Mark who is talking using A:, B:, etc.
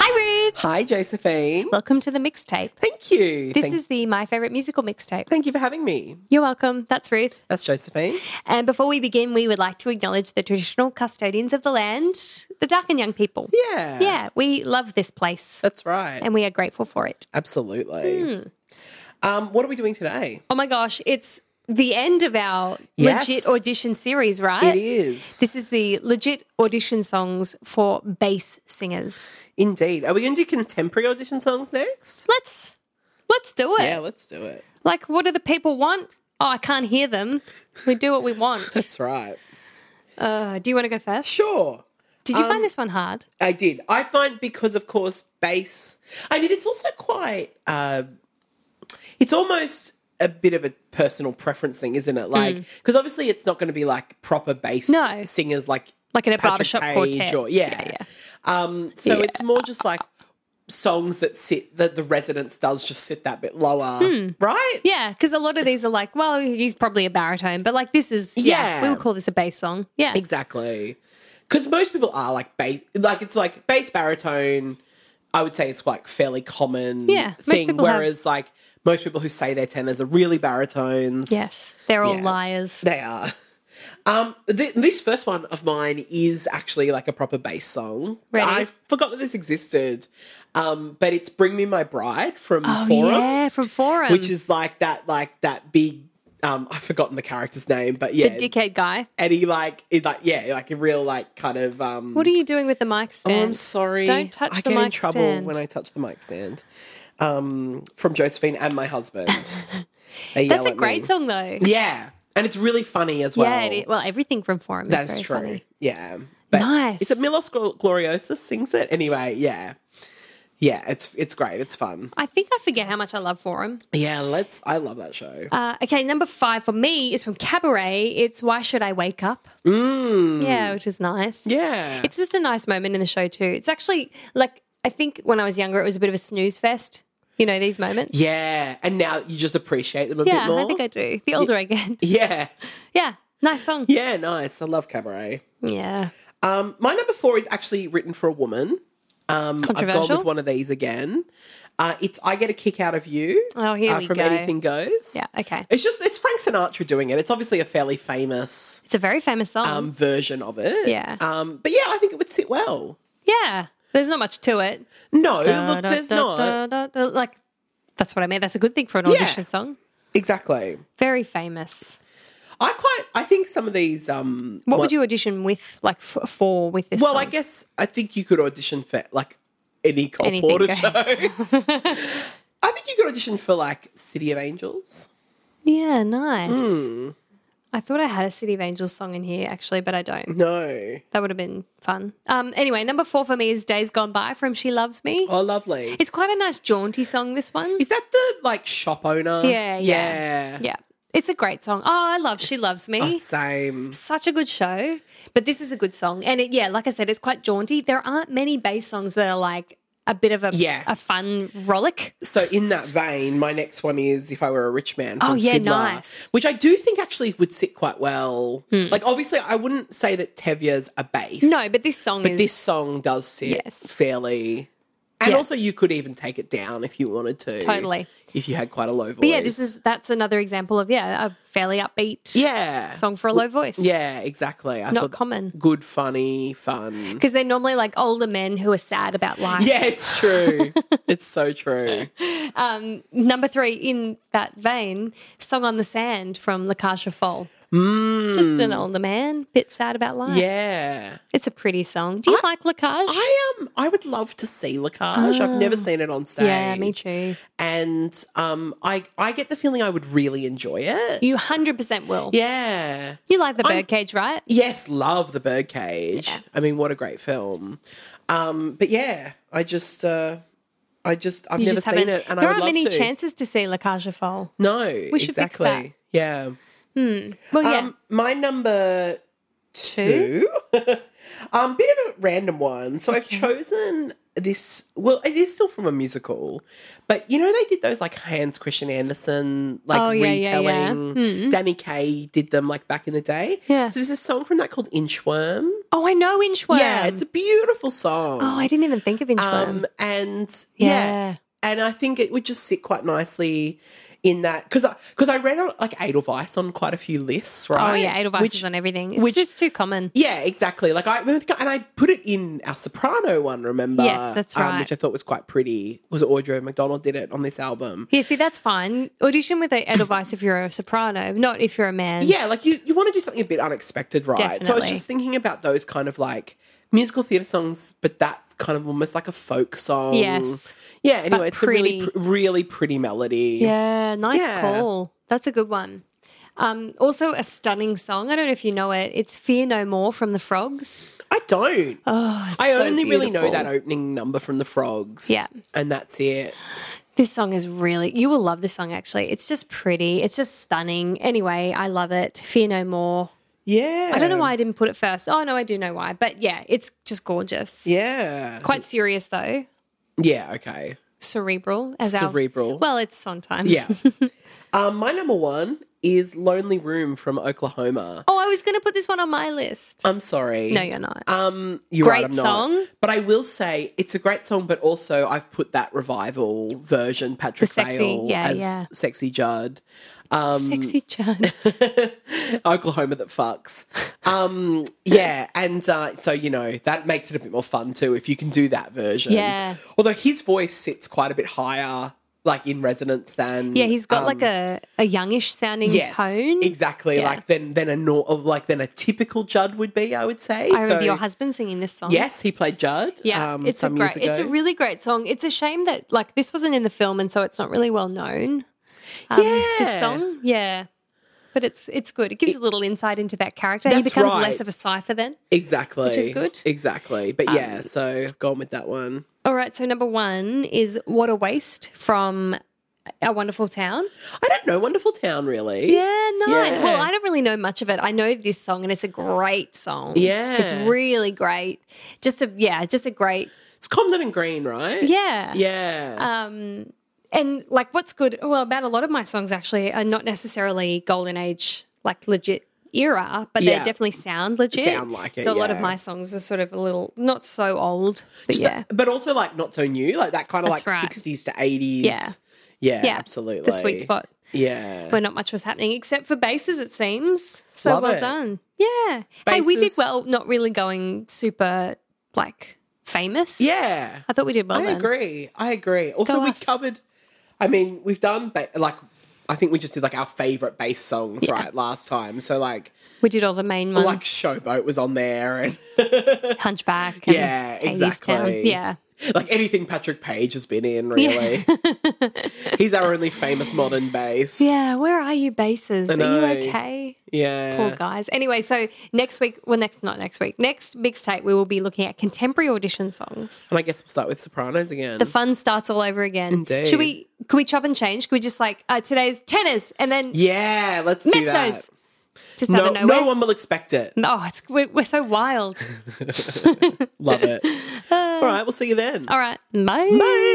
A: Hi, Josephine.
B: Welcome to the mixtape.
A: Thank you.
B: This
A: thank,
B: is the My Favorite Musical mixtape.
A: thank you for having me.
B: You're welcome. That's Ruth.
A: That's Josephine.
B: And before we begin, we would like to acknowledge the traditional custodians of the land, the Dark and Young people.
A: Yeah.
B: Yeah, we love this place
A: That's right.
B: and Hmm. we are grateful for it.
A: Absolutely. Um, what are we doing today?
B: Oh my gosh, it's the end of our
A: Yes.
B: legit audition series, right?
A: It is.
B: This is the legit audition songs for bass singers.
A: Indeed. Are we going to do contemporary audition songs next?
B: Let's let's do it.
A: Yeah, let's do it.
B: Like what do the people want? Oh, I can't hear them. We do what we want.
A: That's right.
B: Uh, do you want to go first?
A: Sure.
B: Did you
A: Um,
B: find this one hard?
A: I did. I find because, of course, bass. I mean, it's also quite. Um, it's almost a bit of a personal preference thing, isn't it? Like, because obviously, it's not going to be like proper bass
B: Hmm. No.
A: singers, like
B: Like in a
A: Patrick
B: barbershop
A: Page
B: quartet.
A: or- yeah. Um, so it's more just like songs that sit that the residence does just sit that bit lower, right?
B: Hmm. Yeah, because a lot of these are like, well, he's probably a baritone, but like this is, yeah,
A: Yeah.
B: we would call this a bass song. Yeah.
A: Exactly. Because most people are like bass, like it's like bass baritone. I would say it's like fairly common
B: Yeah, most
A: thing.
B: people have-
A: whereas like most people who say they're tenors are really baritones.
B: Yes. They're all
A: Yeah.
B: liars.
A: they are. Um, th- this first one of mine is actually like a proper bass song.
B: Ready?
A: I forgot that this existed, um, but it's "Bring Me My Bride" from
B: Oh,
A: Forum.
B: yeah, from Forum.
A: which is like that like that big um I've forgotten the character's name, but yeah.
B: the dickhead guy.
A: and he like he like yeah, like a real like kind of um "Oh,
B: What are you doing with the mic stand?
A: I'm sorry.
B: Don't touch
A: I
B: the
A: get
B: mic
A: in trouble
B: stand.
A: when I touch the mic stand. Um from Josephine and my husband. They
B: That's
A: yell
B: a
A: at
B: great
A: me.
B: song, though.
A: Yeah. And it's really funny as well.
B: yeah. It is. Well, everything from Forum is
A: That's
B: very
A: true.
B: funny.
A: Yeah. But
B: Nice.
A: Is it Milos Gl- Gloriosus sings it? Anyway, yeah. Yeah, it's it's great. It's fun.
B: I think I forget how much I love Forum.
A: Yeah, let's I love that show.
B: Uh, okay, number five for me is from Cabaret. It's Why Should I Wake Up?
A: Mm.
B: Yeah, which is nice.
A: Yeah.
B: It's just a nice moment in the show too. It's actually like I think when I was younger, it was a bit of a snooze fest. You know these moments.
A: Yeah, and now you just appreciate them a
B: yeah.
A: bit more.
B: I think I do. The older I get,
A: yeah,
B: yeah, nice song.
A: yeah, nice. I love cabaret.
B: Yeah,
A: Um, my number four is actually written for a woman. Um, I've gone
B: Controversial?
A: with one of these again. Uh, it's I get a kick out of you.
B: Oh, here
A: uh,
B: we
A: from
B: go.
A: anything goes.
B: yeah. Okay,
A: it's just it's Frank Sinatra doing it. It's obviously a fairly famous
B: it's a very famous song.
A: um, version of it.
B: Yeah.
A: Um, but yeah, I think it would sit well.
B: yeah, there's not much to it.
A: No,
B: Da,
A: look,
B: da,
A: there's
B: da,
A: not
B: da, da, da. like that's what I mean. That's a good thing for an
A: Yeah.
B: audition song.
A: exactly.
B: Very famous.
A: I quite I think some of these um,
B: What would you audition with? Like f- for with this?
A: Well,
B: song?
A: I guess I think you could audition for like any Cole
B: Anything
A: Porter
B: goes.
A: show. I think you could audition for like City of Angels.
B: Yeah, nice.
A: Hmm.
B: I thought I had a City of Angels song in here actually, but I don't.
A: No.
B: That would have been fun. Um, anyway, number four for me is Days Gone By from She Loves Me.
A: Oh, lovely.
B: It's quite a nice jaunty song, this one.
A: Is that the like shop owner?
B: Yeah, yeah.
A: Yeah.
B: Yeah. It's a great song. Oh, I love She Loves Me.
A: Oh, same.
B: Such a good show. But this is a good song. And it, yeah, like I said, it's quite jaunty. There aren't many bass songs that are like a bit of a,
A: Yeah.
B: a fun rollick.
A: So in that vein, my next one is if I were a rich man. From
B: Oh, yeah,
A: Fiddler,
B: nice. Hmm.
A: Which I do think actually would sit quite well. Like obviously, I wouldn't say that Tevye's a bass.
B: No, but this song is.
A: this song does sit
B: Yes.
A: fairly. And
B: Yeah.
A: also, you could even take it down if you wanted to.
B: Totally.
A: If you had quite a low voice.
B: but yeah, this is that's another example of yeah, a fairly upbeat
A: yeah
B: song for a low voice.
A: Yeah, exactly. I
B: Not
A: thought
B: common.
A: good, funny, fun.
B: Because they're normally like older men who are sad about life.
A: Yeah, it's true. it's so true.
B: Number three, in that vein, Song on the Sand from Lakasha Fall. Mm. Just an older man, bit sad about life.
A: Yeah,
B: It's a pretty song. Do you like Lakash?
A: I am. I would love to see Lacage. I've never seen it on stage.
B: Ah. yeah, me too.
A: And um, I I get the feeling I would really enjoy it.
B: You 100% will.
A: yeah.
B: You like The Birdcage, right?
A: Yes, love the Birdcage. I mean, what a great film. Um, but yeah, I just, uh, I just, I've
B: You
A: never
B: just
A: seen
B: haven't.
A: it, and I
B: there
A: would
B: aren't
A: love
B: many
A: to.
B: chances to see Lakaja Fall.
A: no, we
B: should fix
A: exactly. Yeah.
B: Well, yeah.
A: Um, my number
B: Two?
A: two, um, bit of a random one. So I've chosen this well it is still from a musical but you know they did those like hans christian andersen like
B: Oh, yeah, yeah,
A: retelling
B: yeah. Hmm.
A: danny kaye did them like back in the day
B: Yeah.
A: so there's a song from that called inchworm
B: Oh, I know Inchworm.
A: yeah it's a beautiful song
B: oh, I didn't even think of Inchworm.
A: um and yeah
B: yeah.
A: and I think it would just sit quite nicely in that because I because I read on, like Edelweiss on quite a few lists, right?
B: Oh yeah, Edelweiss
A: Which-
B: is on everything. It's
A: which-
B: just too common.
A: Yeah, exactly. Like I remember, and I put it in our soprano one. Remember? Um,
B: Yes, that's right.
A: which I thought was quite pretty. Was it Audrey McDonald did it on this album?
B: Yeah, see, that's fine. Audition with a Edelweiss if you're a soprano, not if you're a man.
A: Yeah, like you, you want to do something a bit unexpected, right? So I was
B: Definitely.
A: just thinking about those kind of like musical theatre songs, but that's kind of almost like a folk song.
B: Yes.
A: Yeah. Anyway, it's a really,
B: pretty.
A: pr- really pretty melody.
B: Yeah, nice
A: Yeah.
B: call. That's a good one. Um, also, a stunning song. I don't know if you know it. It's Fear No More from the Frogs.
A: I don't.
B: Oh, it's
A: I
B: so
A: only really know
B: beautiful.
A: that opening number from the Frogs.
B: Yeah.
A: And that's it.
B: This song is really, you will love this song actually. It's just pretty, it's just stunning. Anyway, I love it. Fear No More.
A: Yeah.
B: I don't know why I didn't put it first. Oh, no, I do know why. But yeah, it's just gorgeous.
A: Yeah.
B: Quite serious though.
A: Yeah, okay.
B: Cerebral as
A: Cerebral.
B: Our, well, it's Sondheim.
A: Yeah. um, my number one is Lonely Room from Oklahoma.
B: Oh, I was going to put this one on my list.
A: I'm sorry.
B: No, you're not.
A: Um, you're right,
B: Great
A: I'm not.
B: song.
A: But I will say it's a great song, but also I've put that revival version, Patrick
B: sexy-
A: Vale
B: yeah,
A: as
B: yeah.
A: Sexy Judd.
B: Sexy Chad.
A: Oklahoma that fucks. Um, yeah, and uh, so you know that makes it a bit more fun too if you can do that version.
B: Yeah.
A: Although his voice sits quite a bit higher, like in resonance than um,
B: Yeah, he's got like a, a youngish sounding
A: yes,
B: tone.
A: exactly
B: Yeah.
A: like than than a nor- of like than a typical Judd would be. I would say.
B: I remember
A: So,
B: your husband singing this song.
A: Yes, he played Judd.
B: Yeah,
A: um,
B: it's a
A: some
B: great.
A: years ago.
B: It's a really great song. It's a shame that like this wasn't in the film, and so it's not really well known. Um,
A: Yeah.
B: this song, yeah, but it's it's good. It gives a little insight into that character. He
A: That's
B: becomes
A: right.
B: less of a cipher then.
A: exactly, which
B: is good. Um,
A: Exactly, but yeah, so gone with that one.
B: All right, so number one is "What a Waste" from "A Wonderful Town."
A: I don't know. Wonderful Town, really.
B: Yeah, nice.
A: Yeah.
B: Well, I don't really know much of it. I know this song, and it's a great song.
A: Yeah.
B: it's really great. Just a yeah, just a great
A: It's Comden and Green, right?
B: yeah.
A: Yeah.
B: Um, and like, what's good? Well, about a lot of my songs actually are not necessarily golden age, like legit era, but
A: Yeah.
B: they definitely sound legit.
A: Sound like it,
B: So a lot of
A: yeah.
B: my songs are sort of a little not so old, but
A: Just
B: yeah,
A: that- but also like not so new, like that kind of
B: That's
A: like
B: right.
A: sixties to eighties.
B: Yeah.
A: yeah,
B: yeah,
A: absolutely.
B: the sweet spot
A: Yeah,
B: where not much was happening except for basses. It seems so
A: Love
B: well
A: it.
B: done. Yeah. Hey, we did
A: Basses-
B: well. Not really going super like famous.
A: yeah.
B: I thought we did well.
A: I
B: then.
A: agree. I agree. Also,
B: Go
A: we
B: us.
A: covered. I mean, we've done ba- like I think we just did like our favorite bass songs right last time. So like
B: We did all the main ones.
A: like Showboat was on there, and
B: Hunchback. And
A: Yeah,
B: Hadestown.
A: exactly.
B: Yeah.
A: like anything Patrick Page has been in. Really, he's our only famous modern bass.
B: Yeah, where are you, bases? Are
A: know.
B: you okay?
A: yeah.
B: Poor guys. Anyway, so next week, well, next, not next week, next mixtape, we will be looking at contemporary audition songs.
A: And I guess we'll start with Sopranos again.
B: The fun starts all over again.
A: Mm. Indeed.
B: Should we, could we chop and change? Could we just like, uh, today's tenors and then
A: yeah, let's do that.
B: mezzos? Just out
A: No,
B: of
A: no
B: nowhere.
A: one will expect it.
B: oh, it's, we're, we're so wild.
A: Love it. All right, we'll see you then.
B: Uh, All right. Bye.
A: Bye.